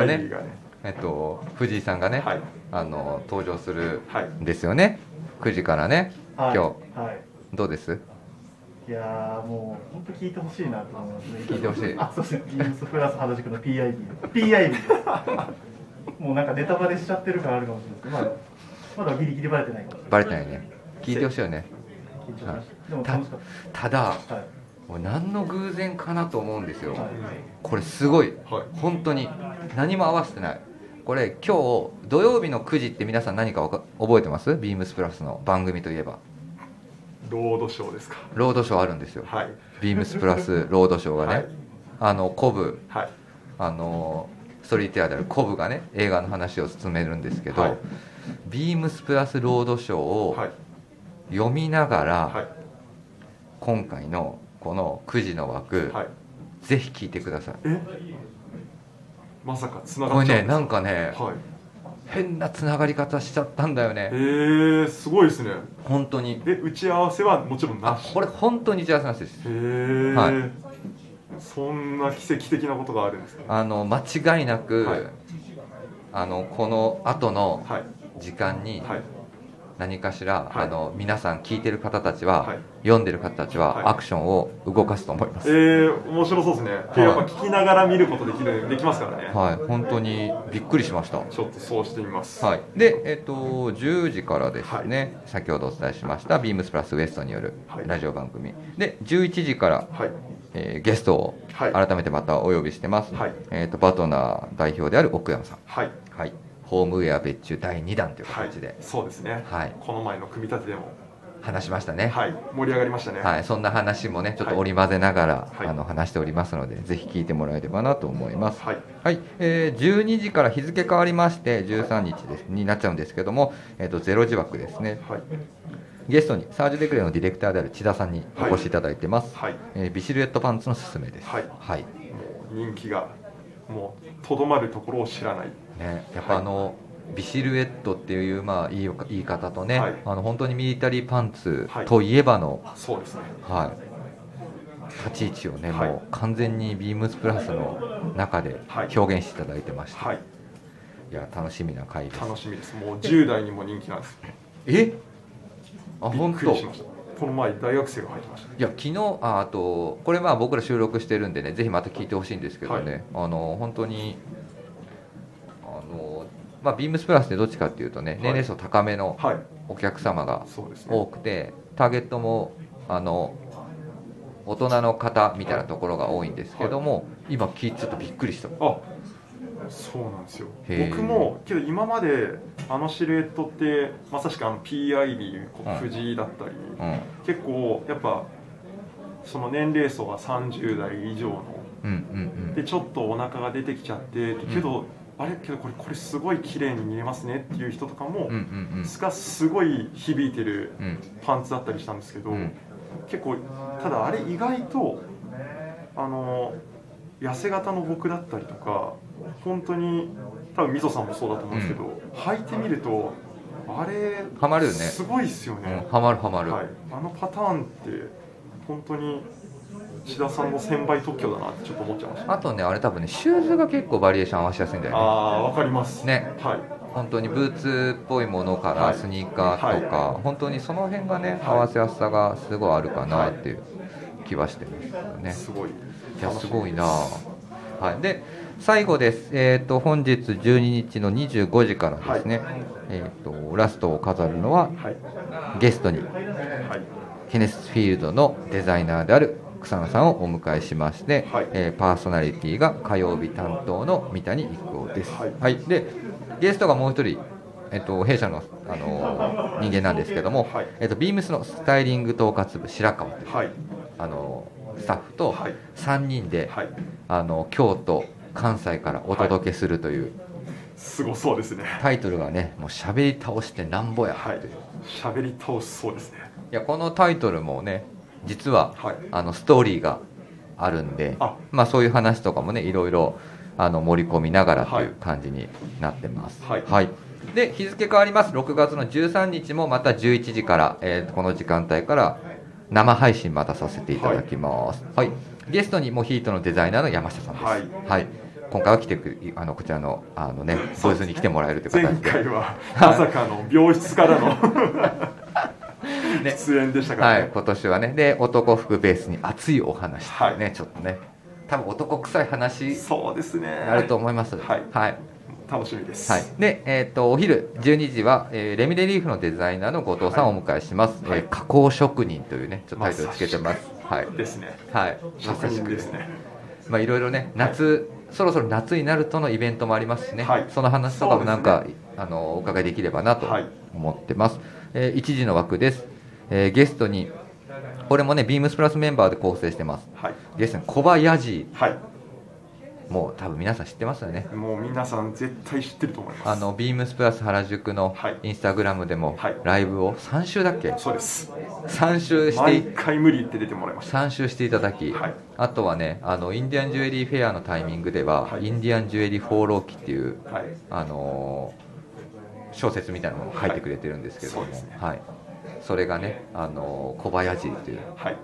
A: あね
C: PIB がね
A: えー、と藤井さんがね、
C: はい
A: あの登場する
C: はい
A: んですよね9時からね今
D: はい、
A: 日、
D: はい
A: どうです
D: いやーもう本当聞いてほしいなと思いますね。
A: 聞いてほしい
D: あ、そうですね。ビームスプラス原宿の PIB。PIB です。もうなんかネタバレしちゃってる感あるかもしれないですけど、まだまだギリギリバレてないかもしれない。
A: バレてないね聞いてほしいよね
D: 緊張しました。でも
A: た
D: 楽しかった
A: だ
D: た。はい。
A: もう何の偶然かなと思うんですよ、
D: はい
A: これすごい、
C: はい
A: 本当に何も合わせてないこれ今日土曜日の9時って皆さん何かわか覚えてますビームスプラスの番組といえば
C: ロードショーですか
A: ロードショーあるんですよ、
C: はい
A: ビームスプラ スロードショーがね、
C: はい
A: あのコブ
C: はい
A: あのストリートテアであるコブがね映画の話を進めるんですけど、
C: はい
A: ビームスプラスロードショーを
C: はい
A: 読みながら、
C: はい
A: 今回のこの9時の枠、
C: はい
A: ぜひ聞いてください
C: えまさかつな
A: こ
C: がっ
A: れ
C: ちゃ
A: ね
C: うんで
A: な
C: す
A: んかね
C: はい
A: 変なつながり方しちゃったんだよ
C: え
A: ね
C: ー、すごいですね
A: 本当に
C: で打ち合わせはもちろんな
A: あ
C: し
A: これ本当に幸せなんです
C: へえ、
A: はい
C: そんな奇跡的なことがあるんですね
A: あの間違いなく、
C: はい
A: あのこの後の
C: はい
A: 時間に
C: はい
A: 何かしら、
C: はい
A: あの皆さん聞いてる方たちは、
C: はい
A: 読んでる方たちは、
C: はい
A: アクションを動かすと思いま
C: え
A: す、
C: ー、面白そうですね、
A: い
C: でやっぱ聞きながら見ることできるできますからね、
A: はい本当にびっくりしました
C: ちょっとそうしてみます
A: はい、で、えっと10時からですね、先ほどお伝えしましたビームスプラスウエストによる
C: はい
A: ラジオ番組、で11時から
C: はい
A: えーゲストを
C: はい
A: 改めてまたお呼びしてます、
C: はい
A: えー、とバトナー代表である奥山さん、
C: はい
A: はい、ホームウェア別注第2弾という
C: はい
A: 形で
C: そうですね、
A: はい
C: この前の組み立てでも、
A: 話しましたね、
C: はい、盛り上がりましたね、
A: はいそんな話もねちょっと織り交ぜながら、
C: はい
A: あの話しておりますのでぜひ聞いてもらえればなと思います、
C: はい
A: はいえー12時から日付変わりまして13日ですになっちゃうんですけども、えー、と0時枠ですね
C: はい
A: ゲストにサージュ・デクレのディレクターである千田さんにお越しいただいてます、
C: はい
A: えービシルエットパンツのすすめです、
C: はい
A: はい
C: もう人気がもうとどまるところを知らない
A: ね、やっぱあの、ビシルエットっていう、まあ、いいよ言い方とね、
C: はい
A: あの本当にミリタリーパンツ
C: はい
A: といえばの、
C: そうですね
A: はい、立ち位置をね、
C: はい
A: もう完全にビームスプラスの中で
C: はい
A: 表現していただいてました、
C: はい
A: い、や楽しみな回です
C: 楽しみですもう10代にも人気なんです
A: えあ
C: びっ
A: 本
C: く
A: 当
C: り
A: い
C: しましたこの前大学生が入ってました
A: や昨日ああとこれまあ僕ら収録してるんでねぜひまた聞いてほしいんですけどね、あの本当にあのまあビームスプラスってどっちかっていうとね、年齢層高めの
C: はい
A: お客様が
C: そうですね
A: 多くてターゲットもあの大人の方みたいなところが多いんですけども、今聞いてちょっとびっくりした
C: あそうなんですよ
A: へー
C: 僕もけど今まであのシルエットってまさしくあの PIB こう
A: うん
C: 藤井だったり、
A: うん
C: 結構やっぱその年齢層が30代以上の
A: うんうん
C: でちょっとお腹が出てきちゃってけど、あれけどこれこれすごい綺麗に見えますねっていう人とかも、
A: うんうん
C: がすごい響いてる
A: うんうん
C: パンツだったりしたんですけど、
A: うん
C: 結構ただあれ意外とあの痩せ型の僕だったりとか本当に多分みぞさんもそうだと思うんですけど、履いてみるとあれ
A: はまるよね
C: すごいですよね、
A: うんはまるはまる、
C: はい、あのパターンって本当に志田さんの1000倍特許だなってちょっと思っちゃいました
A: あとねあれ多分ねシューズが結構バリエーション合わせやすいんだ
C: あ
A: よね
C: あわかります
A: ね
C: はい
A: 本当にブーツっぽいものか
C: は
A: ら
C: い
A: スニーカーとか、本当にその辺がね合わせやすさがすごいあるかなっていう気はしてますよね
C: すごい
A: いやすごいなあはい、で最後です、えー、と本日12日の25時からですね、えー、とラストを飾るのは
C: はい
A: ゲストに
C: はい
A: ケネスフィールドのデザイナーである草野さんをお迎えしまして、
C: はい
A: えーパーソナリティが火曜日担当の三谷育夫です、は
C: はいい
A: でゲストがもう一人、えっと弊社の、あのー人間なんですけども、
C: はい
A: えっとビームスのスタイリング統括部白川という、
C: はい
A: あのースタッフと
C: はい
A: 3人で、
C: はい
A: あの京都関西からお届けするという、
C: すごそうですね
A: タイトルがねもう喋り倒してなんぼや、、
C: はいい喋り倒しそうですね
A: やこのタイトルもね実は
C: はい
A: あのストーリーがあるんで
C: あ
A: まあ、そういう話とかもねいろいろあの盛り込みながらと
C: はいいう
A: 感じになってます。
C: はい
A: で日付変わります6月の13日もまた11時から、えーこの時間帯から生配信またさせていただきます、はいゲストにモヒートのデザイナーの山下さんです、は
C: はいい
A: 今回は来てくあのこちらのあの、ね、ボイスに来てもらえるという
C: 前
A: 形で
C: 回はまさかの病室からの
A: ね
C: 出演でしたから
A: は
C: ね、
A: い、今年はねで男服ベースに熱いお話というね、
C: は
A: ちょっとね多分男臭い話
C: そうですね
A: あると思います
C: はい
A: はい
C: 楽しみです、
A: はいで、えっとお昼12時は、えーレミレリーフのデザイナーの後藤さんをお迎えします、
C: はい
A: えー加工職人というねちょっとタイトルつけてます はい
C: ですね
A: はい
C: 職人ですね
A: まあいろいろね夏、そろそろ夏になるとのイベントもありますしね、
C: はい
A: その話とかもなんか、あのお伺いできればなと
C: はい
A: 思ってます、え1時の枠です、えーゲストにこれもねビームスプラスメンバーで構成してます
C: はい
A: ゲストに小林
C: はい
A: もう多分皆さん知ってますよね
C: もう皆さん絶対知ってると思います
A: あのビームスプラス原宿の
C: はい
A: インスタグラムでも
C: はい
A: ライブを3週だっけ
C: そうです
A: 3週して
C: 毎
A: い
C: 回無理言って出てもらいました
A: 3周していただき、
C: はい
A: あとはねあのインディアンジュエリーフェアのタイミングでは、
C: はい
A: インディアンジュエリー放浪記っていう
C: はい
A: あのー小説みたいなものを書いてくれてるんですけども、は
C: はいい
A: そ
C: そうですね
A: れがね、あのー小林という
C: はい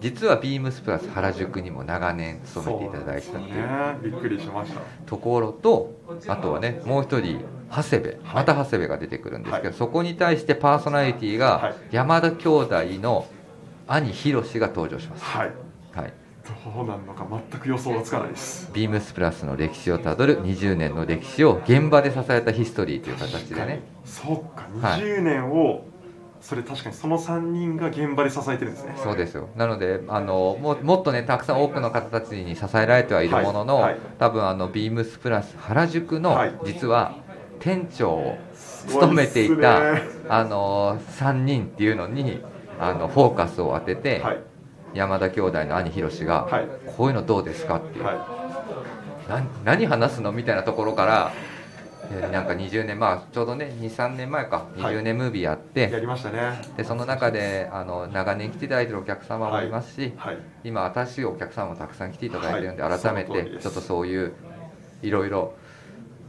A: 実はビームスプラス原宿にも長年勤めていただいてたって
C: そう
A: いう
C: なんですよねびっくりしました
A: ところとあとはねもう一人長谷部また長谷部が出てくるんですけど、
C: はい
A: そこに対してパーソナリティ
C: は
A: が
C: い
A: 山田兄弟の兄博が登場します、
C: はい
A: はい、
C: どうなるのか全く予想がつかないです
A: ビームスプラスの歴史をたどる20年の歴史を現場で支えたヒストリーという形でね
C: そっか
A: はい
C: 20年を、それ確かにその3人が現場で支えてるんですね
A: そうですよなのであのももっとねたくさん多くの方たちに支えられてはいるものの、
C: はいはい
A: 多分あのビームスプラス原宿の、
C: はい
A: 実は店長を
C: すご
A: 勤
C: い
A: め
C: で
A: て
C: す
A: い
C: ね
A: た、あの3人っていうのにあのフォーカスを当てて、
C: はい
A: 山田兄弟の兄ひろしが、
C: はい
A: こういうのどうですかっていう、
C: は
A: な何話すのみたいなところからえなんか20年まあちょうどね23年前か
C: はい
A: 20年ムービーやっ
C: い
A: て、
C: やりましたね
A: でその中であの長年来ていただいてるお客様もいますし、
C: はい
A: 今新しいお客様もたくさん来ていただいてるんで、
C: はい
A: 改め
C: その通
A: て
C: りです
A: ちょっとそういういろいろ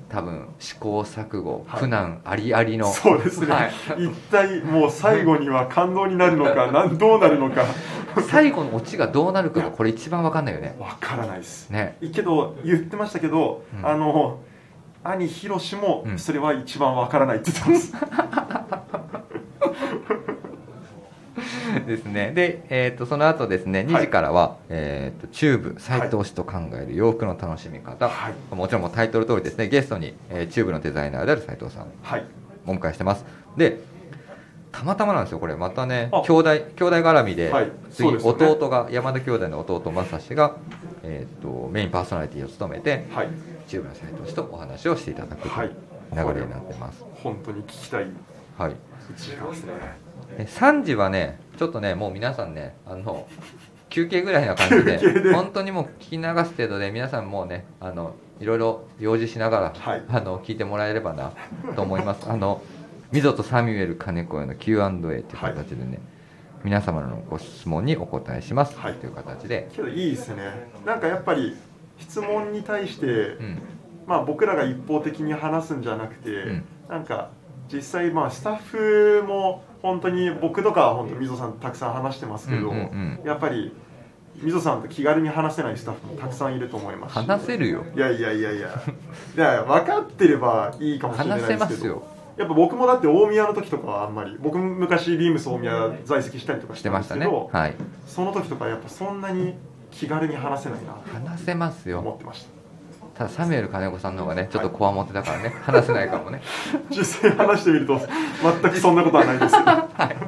A: 多分試行錯誤、
C: はい
A: 苦難ありありの
C: そうですね、
A: はい
C: 一体もう最後には感動になるの かなんどうなるのか
A: 最後のオチがどうなる かがこれ一番わかんないよね
C: わからないです
A: ね
C: けど言ってましたけど、
A: うん
C: あの兄ひろしも
A: うん
C: それは一番わからないって言ってます、
A: ですねで、えー、とその後ですね2
C: はい
A: 時からは、えー、とチューブ斎藤氏と考える洋服の楽しみ方、
C: はい
A: もちろんもうタイトル通りですねゲストに、えーチューブのデザイナーである斎藤さん
C: はい
A: お迎えしてますでたまたまなんですよこれまたね
C: あ
A: 兄弟兄弟絡みで、
C: はい
A: 次
C: そうですよね
A: 弟が山田兄弟の弟正志が、えー、とメインパーソナリティを務めて
C: はい
A: チューブの斎藤氏とお話をしていただくと
C: はいいう
A: 流れになってます、
C: 本当に聞きたい
A: はい
C: 時間ですね
A: で3時はねちょっとねもう皆さんねあの休憩ぐらいな感じで
C: 休憩で
A: 本当にもう聞き流す程度で皆さんもうねあのいろいろ用事しながら、
C: はい
A: あの聞いてもらえればなと思います。あの溝とサミュエル金子への Q&A という形でね、皆様のご質問にお答えします
C: はい
A: という形で、
C: けどいいですねなんかやっぱり質問に対して、
A: うん、
C: まあ、僕らが一方的に話すんじゃなくて、
A: ん
C: なんか実際まあスタッフも本当に僕とかは本当溝さんとたくさん話してますけど、
A: うんうん
C: やっぱり溝さんと気軽に話せないスタッフもたくさんいると思いますし
A: 話せるよ。
C: いやいやいやいやいや分かってればいいかもしれないですけど
A: 話せますよ
C: やっぱ僕もだって大宮の時とかはあんまり僕も昔ビームス大宮在籍したりとか
A: し
C: してたん
A: ま
C: で
A: し
C: す
A: た
C: け
A: ね。
C: ど、
A: はい。
C: その時とかやっぱそんなに気軽に話せないなと
A: 話せます
C: 思
A: よ。
C: ってました
A: ただサミュエル金子さんの方がね、ちょっとこわもてだからね、話せないかも ね。
C: 実際話してみると全くそんなことはないですけど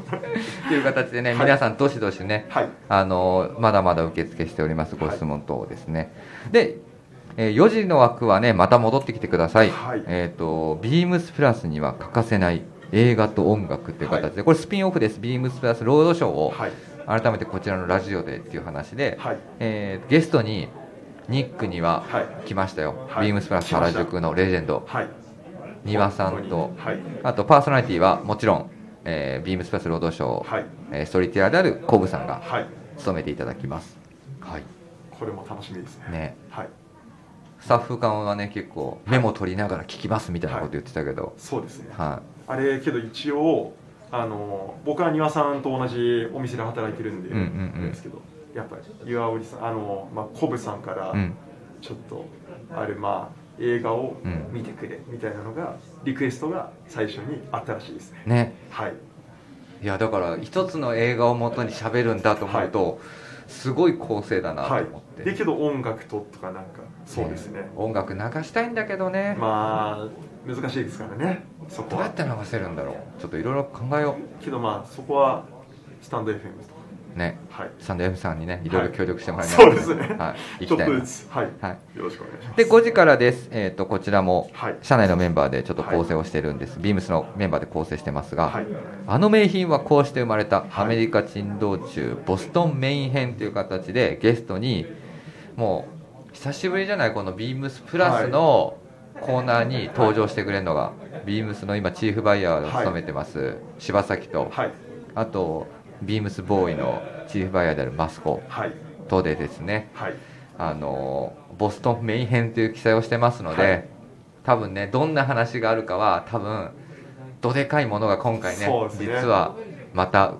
A: という形でね、
C: はい
A: 皆さんどしどしね、
C: はい
A: あのまだまだ受付しておりますご質問等ですね、で、えー4時の枠はねまた戻ってきてください、
C: はい
A: えっ、とビームスプラスには欠かせない映画と音楽という形で、これスピンオフですビームスプラスロードショーを
C: はい
A: 改めてこちらのラジオでっていう話で、
C: はい
A: えーゲストにニックには
C: はい
A: 来ましたよ、
C: はい
A: ビームスプラス原宿のレジェンド
C: はい
A: 丹羽さんと
C: 本当にはい
A: あとパーソナリティはもちろん、えービームスプラスロードショー、
C: はい
A: えーストーリーテラーであるコブさんが
C: はい
A: 務めていただきます。はい。
C: これも楽しみですね
A: ね、
C: はい
A: スタッフ間はね結構メモ取りながら聞きますみたいなこと言ってたけど、
C: そうですね
A: は
C: あれけど一応あの僕は庭さんと同じお店で働いてるんで、
A: うんうんうん
C: ですけどやっぱり岩織さんあの、まあ、コブさんから
A: い、うん、
C: ちょっとあるまあ映画を
A: うん
C: 見てくれみたいなのが、リクエストが最初にあったらしいですね
A: ね、
C: はい
A: いやだから一つの映画を元に喋るんだと思うと、すごい構成だなと
C: は
A: 思って、
C: いでけど音楽ととかなんかそうですね
A: 音楽流したいんだけどね、
C: まあ難しいですからねそこ
A: どうや
C: は
A: って流せるんだろうちょっといろいろ考えよ
C: けどまあそこはスタンド FM と
A: うね
C: かはい
A: サンド F さんにねいろいろ協力してもらいなが
C: そう
A: ら、
C: ですね
A: はい、
C: ち
A: 行
C: ょ
A: き
C: った
A: い
C: と
A: な
C: ずつはい
A: はい
C: よろしくお願いします
A: で5時からです、えー、とこちらも
C: はい
A: 社内のメンバーでちょっと構成をしてるんです、ビームスのメンバーで構成してますが、
C: はい
A: あの名品はこうして生まれたアメリカ珍道中ボストンメイン編という形でゲストにもう久しぶりじゃないこのビームスプラスのコーナーに登場してくれるのが、ビームスの今チーフバイヤーを務めてます、柴崎と、
C: はい
A: あとビームスボーイのチーフバイヤーであるマスコ
C: はい
A: とでですね
C: はい
A: あのボストンメイン編という記載をしてますので、
C: はい
A: 多分ねどんな話があるかは多分どでかいものが今回ね
C: そうですね
A: 実はまた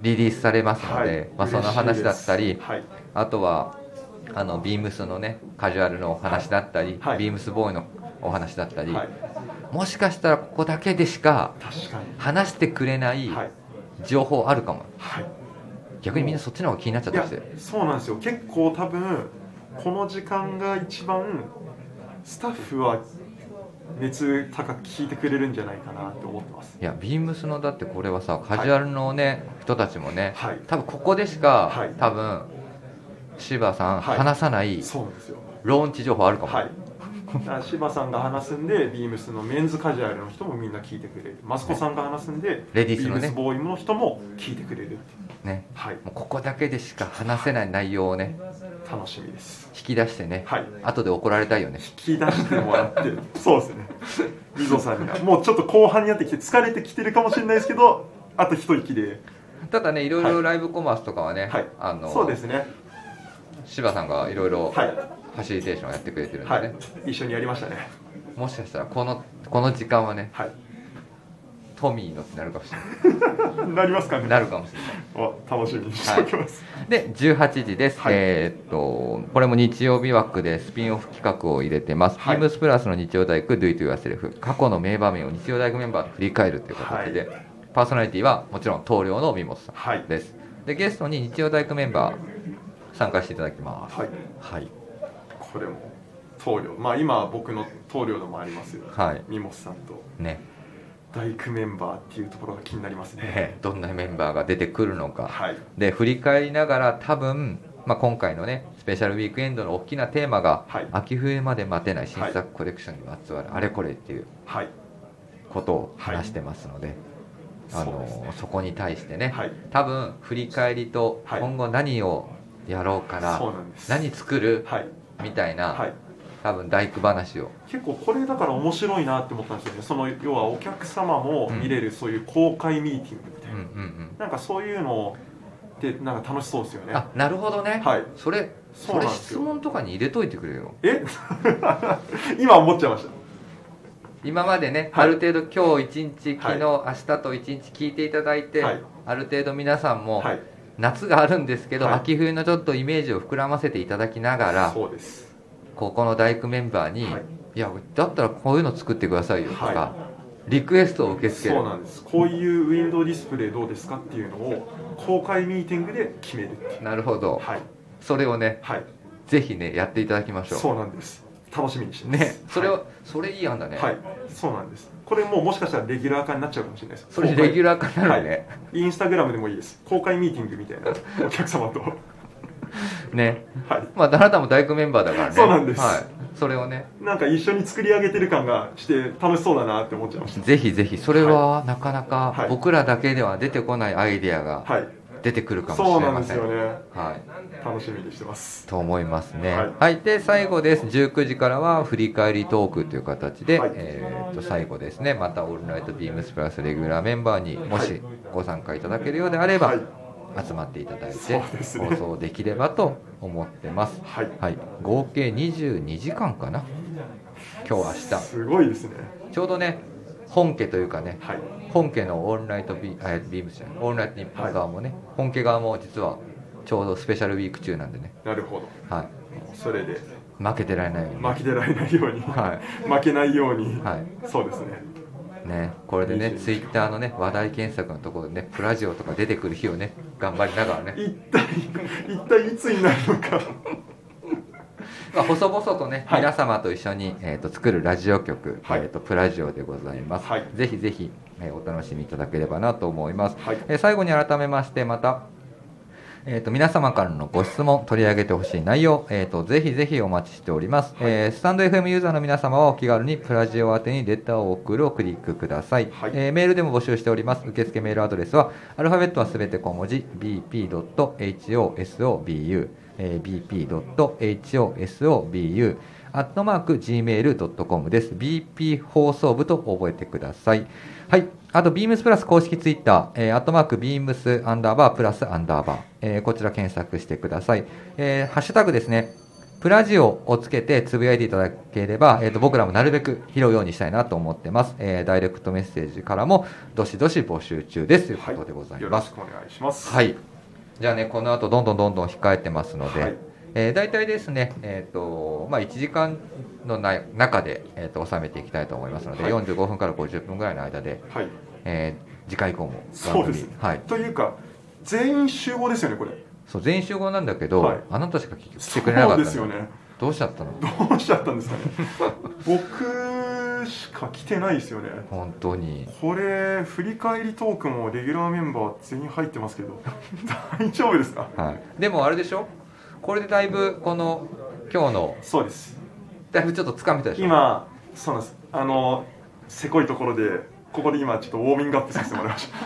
A: リリースされますの
C: は
A: で、
C: い
A: まあ、その
C: 嬉し
A: 話
C: い
A: だ
C: で
A: っ
C: す
A: たり、
C: はい
A: あとはあのビームスのねカジュアルのお話だったり、
C: はい
A: ビームスボーイのお話だったり、
C: はい
A: もしかしたらここだけでしか
C: 確かに
A: 話してくれない
C: はい
A: 情報あるかも、
C: はい
A: 逆にみんなそっちの方が気になっちゃっ
C: い
A: た
C: や
A: りして
C: そうなんですよ結構多分この時間が一番スタッフは熱高く聞いてくれるんじゃないかなと思ってます
A: いやビームスのだってこれはさカジュアルのね、人たちもね、
C: はい
A: 多分ここでしか、
C: はい
A: 多分柴さん、
C: はい
A: 話さない
C: そうなんですよ
A: ローンチ情報あるかも、
C: はいだから柴さんが話すんでビームスのメンズカジュアルの人もみんな聞いてくれるマスコさんが話すんで
A: レディースのね
C: ビームスボーイの人も聞いてくれるっていう
A: ね
C: はい
A: もうここだけでしか話せない内容をね
C: 楽しみです
A: 引き出してね、
C: はい
A: 後で怒られたいよね
C: 聞き出してもらって そうですね溝さんがもうちょっと後半になってきて疲れてきてるかもしれないですけどあと一息で
A: ただねいろい
C: は
A: ろ
C: い
A: ライブコマースとかはね、
C: はい
A: あの
C: そうですね
A: 柴さんがいろいろ
C: は
A: ファシリテーションをやってくれてる
C: い
A: んで
C: は
A: ね、
C: い一緒にやりましたね
A: もしかしたらこのこの時間はね
C: はい
A: トミーのってなるかもしれな
C: なりますか
A: い
C: ね
A: なるかもしれない
C: お楽しみにしておきます
A: で18時です、
C: はい
A: えーっとこれも日曜日枠でスピンオフ企画を入れてます、
C: はい
A: ビームスプラスの日曜大工 Do It Yourself 過去の名場面を日曜大工メンバーと振り返るという形で、
C: は
A: パーソナリティはもちろん棟梁の三本さ
C: はい
A: んです、でゲストに日曜大工メンバー参加していただきます
C: はい
A: はい
C: これも棟梁まあ今僕の棟梁でもありますよ
A: はい
C: ミモスさんと
A: ね
C: 大工メンバーっていうところが気になりますね
A: ね どんなメンバーが出てくるのか、
C: はい
A: で振り返りながら多分、まあ、今回のねスペシャルウィークエンドの大きなテーマが、
C: はい
A: 秋冬まで待てない新作コレクションにまつわるあれこれっていう
C: はい
A: ことを話してますので、あ
C: そう
A: の
C: です
A: そ
C: ね
A: こに対してね、
C: はい
A: 多分振り返りと
C: はい
A: 今後何をやろうから、
C: そうなんです
A: 何作る
C: はい
A: みたいな、
C: はい
A: 多分大工話を
C: 結構これだから面白いなって思ったんですよねその要はお客様も見れるそういう公開ミーティングみた
A: う
C: い
A: ん
C: な、
A: うんうん
C: なんかそういうのってなんか楽しそうですよね
A: あなるほどね、
C: はい
A: それ
C: そ
A: そう
C: なん
A: れ
C: ですよ
A: 質問とかに入れといてくれよ
C: え 今思っちゃいました
A: 今までね、
C: は
A: あ
C: い
A: る程度今日一日昨
C: はい
A: 日、明日と一日聞いていただいて、
C: はい
A: ある程度皆さんも、
C: はい
A: 夏があるんですけど、
C: はい
A: 秋冬のちょっとイメージを膨らませていただきながら
C: そうです
A: ここの大工メンバーに、
C: はい
A: い、やだったらこういうの作ってくださいよとか、
C: は
A: リクエストを受け付け
C: そ
A: る
C: うなんですこういうウィンドウディスプレイどうですかっていうのを公開ミーティングで決めるっていう
A: なるほど
C: はい
A: それをね
C: はい
A: ぜひねやっていただきましょう
C: そうなんです楽しみにしてます
A: ねそれ
C: は
A: は、それいい案だ
C: い、
A: ね、
C: はいそうなんですこれもうもしかしたらレギュラー化になっちゃうかもしれないです
A: それレギュ
C: ラ
A: ラー化になるね、
C: ーインスタグラムでもいいです公開ミーティングみたいなお客様とは
A: ね
C: い
A: まああなたも大工メンバーだからね
C: そうなんです
A: はい、それをね
C: なんか一緒に作り上げてる感がして楽しそうだなって思っちゃいまし
A: ぜひぜひそれはなかな
C: は
A: か
C: い
A: 僕らだけでは出てこないアイデア
C: た
A: が
C: はい
A: 出てくるかも
C: そ
A: し
C: う
A: れ
C: なん
A: ま
C: です
A: せん、
C: よね
A: はい
C: 楽しみにしてます
A: と思いますね。
C: は
A: はいい、で最後です。19時からは振り返りトークという形で、
C: はい
A: えー、と最後ですね。またオールナイトビームスプラスレギュラーメンバーにも
C: はい
A: しご参加いただけるようであれば、
C: はい
A: 集まっていただい
C: そ
A: て
C: うですね
A: 放送できればと思ってます。
C: はい
A: はい、合計22時間かな。今日明日
C: すごいですね
A: ちょうどね本家というかね。
C: はい
A: 本家のオールナイトビーあビームスじゃないオールナイト日本側もね、本家側も実はちょうどスペシャルウィーク中なんでね、
C: なるほど
A: はい、
C: それで
A: 負けてられないようにね
C: 負けてられないように、
A: は
C: 負けないように、
A: はい
C: そうですね
A: ね、これでね
C: 22
A: ツイッターのね話題検索のところでねプラジオとか出てくる日をね頑張りながらね、
C: 一体一体いつになるのか
A: まあ、細々とね、
C: はい
A: 皆様と一緒に、えー、と作るラジオ局、
C: はい
A: えー、とプラジオでございます、
C: はい
A: ぜひぜひ、えーお楽しみいただければなと思います、
C: はい
A: えー最後に改めましてまたえー、と皆様からのご質問取り上げてほしい内容、えー、とぜひぜひお待ちしております、えースタンド FM ユーザーの皆様はお気軽にプラジオ宛てにレターを送るをクリックください、
C: はい
A: えーメールでも募集しております受付メールアドレスはアルファベットはすべて小文字 bp.hosobu、えー bp.hosobu アットマーク gmail.com です。BP 放送部と覚えてください。はい。あと、ビームスプラス公式ツイッター、えー、アットマークビームスアンダーバープラスアンダーバー、えーこちら検索してください。えーハッシュタグですね。プラジオをつけてつぶやいていただければ、えー、と僕らもなるべく拾うようにしたいなと思ってます、えーダイレクトメッセージからもどしどし募集中ですということでござい
C: よ
A: ま
C: ろ
A: す
C: し、くお願いします
A: はい。じゃあね、この後どんどんどんどん控えてますので、
C: はい
A: えー大体ですね、えっ、と、まあ、1時間のな中で、えっ、と、収めていきたいと思いますので、
C: はい
A: 45分から50分ぐらいの間で、
C: はい
A: えー次回以降も
C: そうですね
A: はい。
C: というか全員集合ですよねこれ
A: そう、全員集合なんだけど、
C: はい
A: あなたしか来てくれなかった
C: そう
A: の
C: ですよね
A: どうしちゃったの
C: どうしちゃったんですかね 僕しか来てないですよね
A: 本当に。
C: これ振り返りトークもレギュラーメンバー全員入ってます けど大丈夫ですか
A: はい。でもあれでしょこれでだいぶ、この、今日の、
C: そうです
A: だいぶちょっとつかめたでしょ
C: 今そうなんですあのせこいところでここで今ちょっとウォーミングアップさせてもらいました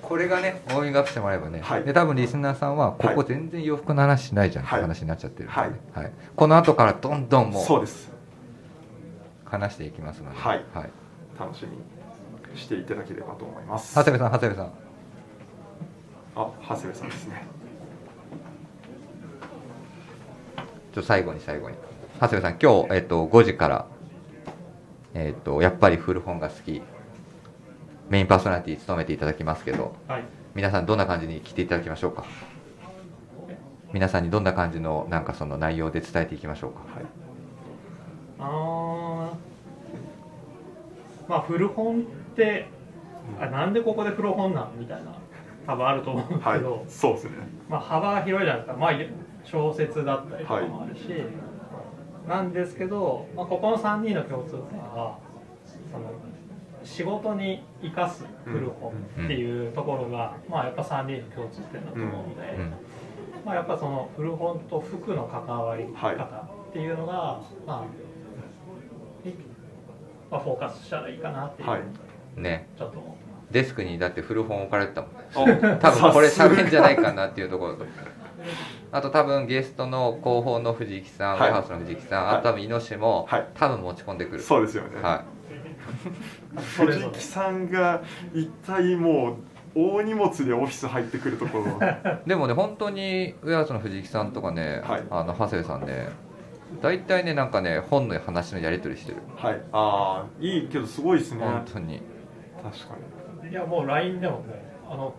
A: これがね、ウォーミングアップしてもらえばね、
C: はい
A: で多分リスナーさんは、ここ全然洋服の話しないじゃんって
C: はい
A: 話になっちゃってるんでね、はいこの後からどんど んも
C: そう
A: う
C: です
A: 話していきますので、
C: はい
A: はい、
C: 楽しみにしていただければと思います
A: 長谷部さん、長谷部さん、
C: あ長谷部さんですね
A: ちょっと最後に最後に、長谷部さん、今日えっと5時から、えっとやっぱり古本が好き、メインパーソナリティ務めていただきますけど、
D: はい。
A: 皆さん、どんな感じに来ていただきましょうか。皆さんにどんな感じのなんかその内容で伝えていきましょうか。
C: はい
D: あーまあ古本ってあなんでここで古本なんみたいな多分あると思うんです
C: は
D: け
C: い
D: ど、、
C: そうですね。
D: まあ幅が広いじゃないですか。まあ小説だったりとかもあるし、なんですけど、まあここの三人の共通点はその仕事に生かす古本っていうところが、まあやっぱ三人の共通点だと思うので。
A: うん
D: まあ、やっぱその古本と服の関わり
C: はい
D: 方っていうのが、まあいまあ、フォーカスしたらいいかなっていう、
C: はい
A: ね、
D: ちょっと思ってま
A: デスクにだって古本置かれてたもんね
C: あ
A: 多分これ
C: さすが
A: 喋んじゃないかなっていうところとあと多分ゲストの広報の藤木さん、
C: はい
A: ワイハウスの藤木さん、
C: はい
A: あと多分猪も、
C: はい
A: 多分持ち込んでくる。
C: そうですよね、
A: は
D: それぞ
C: 藤
D: れ
C: 木さんが一体もう大荷物でオフィス入ってくるとこ ろ
A: い、でもね本当にウェハースの藤木さんとかね、
C: はい
A: あの長谷部さんね大体ねなんかね本の話のやり取りしてる
C: はいああいいけどすごいですね
A: 本
C: 確か
A: 当に
D: いやもう LINE でもねあの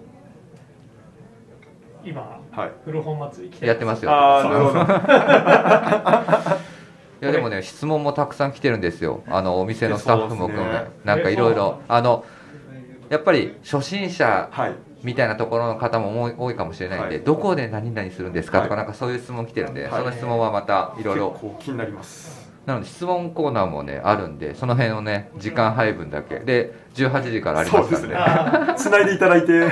D: 今
C: にはい
D: 古本祭り来て
A: やってますよ
C: ああな るほ
A: い
C: ど
A: やでもね質問もたくさん来てるんですよあのお店のスタッフも含
C: そう
A: め、
C: ですね
A: なんかいろいろあのやっぱり初心者
C: はい
A: みたいなところの方も多い多いかもしれないんで、
C: はい
A: どこで何々するんですかとか、
C: はい
A: なんかそういう質問来てるんで、
C: はい
A: その質問はまたいろいろ
C: 結構気になります
A: なので質問コーナーもねあるんでその辺をね時間配分だけで18時からありますから
C: そう
A: ね
C: ですね繋いでいただ いて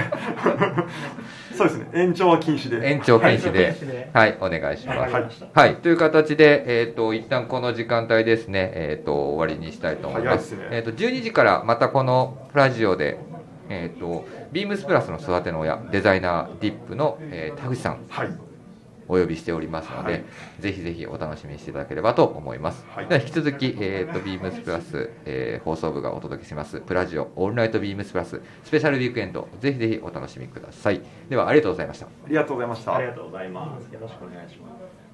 C: そうですね延長は禁止で
A: 延長禁止
D: 延
A: で
D: 長禁止で
A: はいお願いし
D: わか
A: ます
D: り
A: はい、
D: ました
A: という形でえっ、と一旦この時間帯ですねえっ、と終わりにしたいと思います
C: 早いですね
A: えっ、と12時からまたこのラジオでえっ、とビームスプラスの育ての親デザイナーディップの、えー田口さん
C: はい
A: お呼びしておりますので、
C: はい
A: ぜひぜひお楽しみにしていただければと思います、
C: はい
A: では引き続き、えー、とビームスプラス、えー放送部がお届けしますプラジオオールナイトビームスプラススペシャルウィークエンドぜひぜひお楽しみくださいではありがとうございました
C: ありがとうございました
D: ありがとうございますよろしくお願いします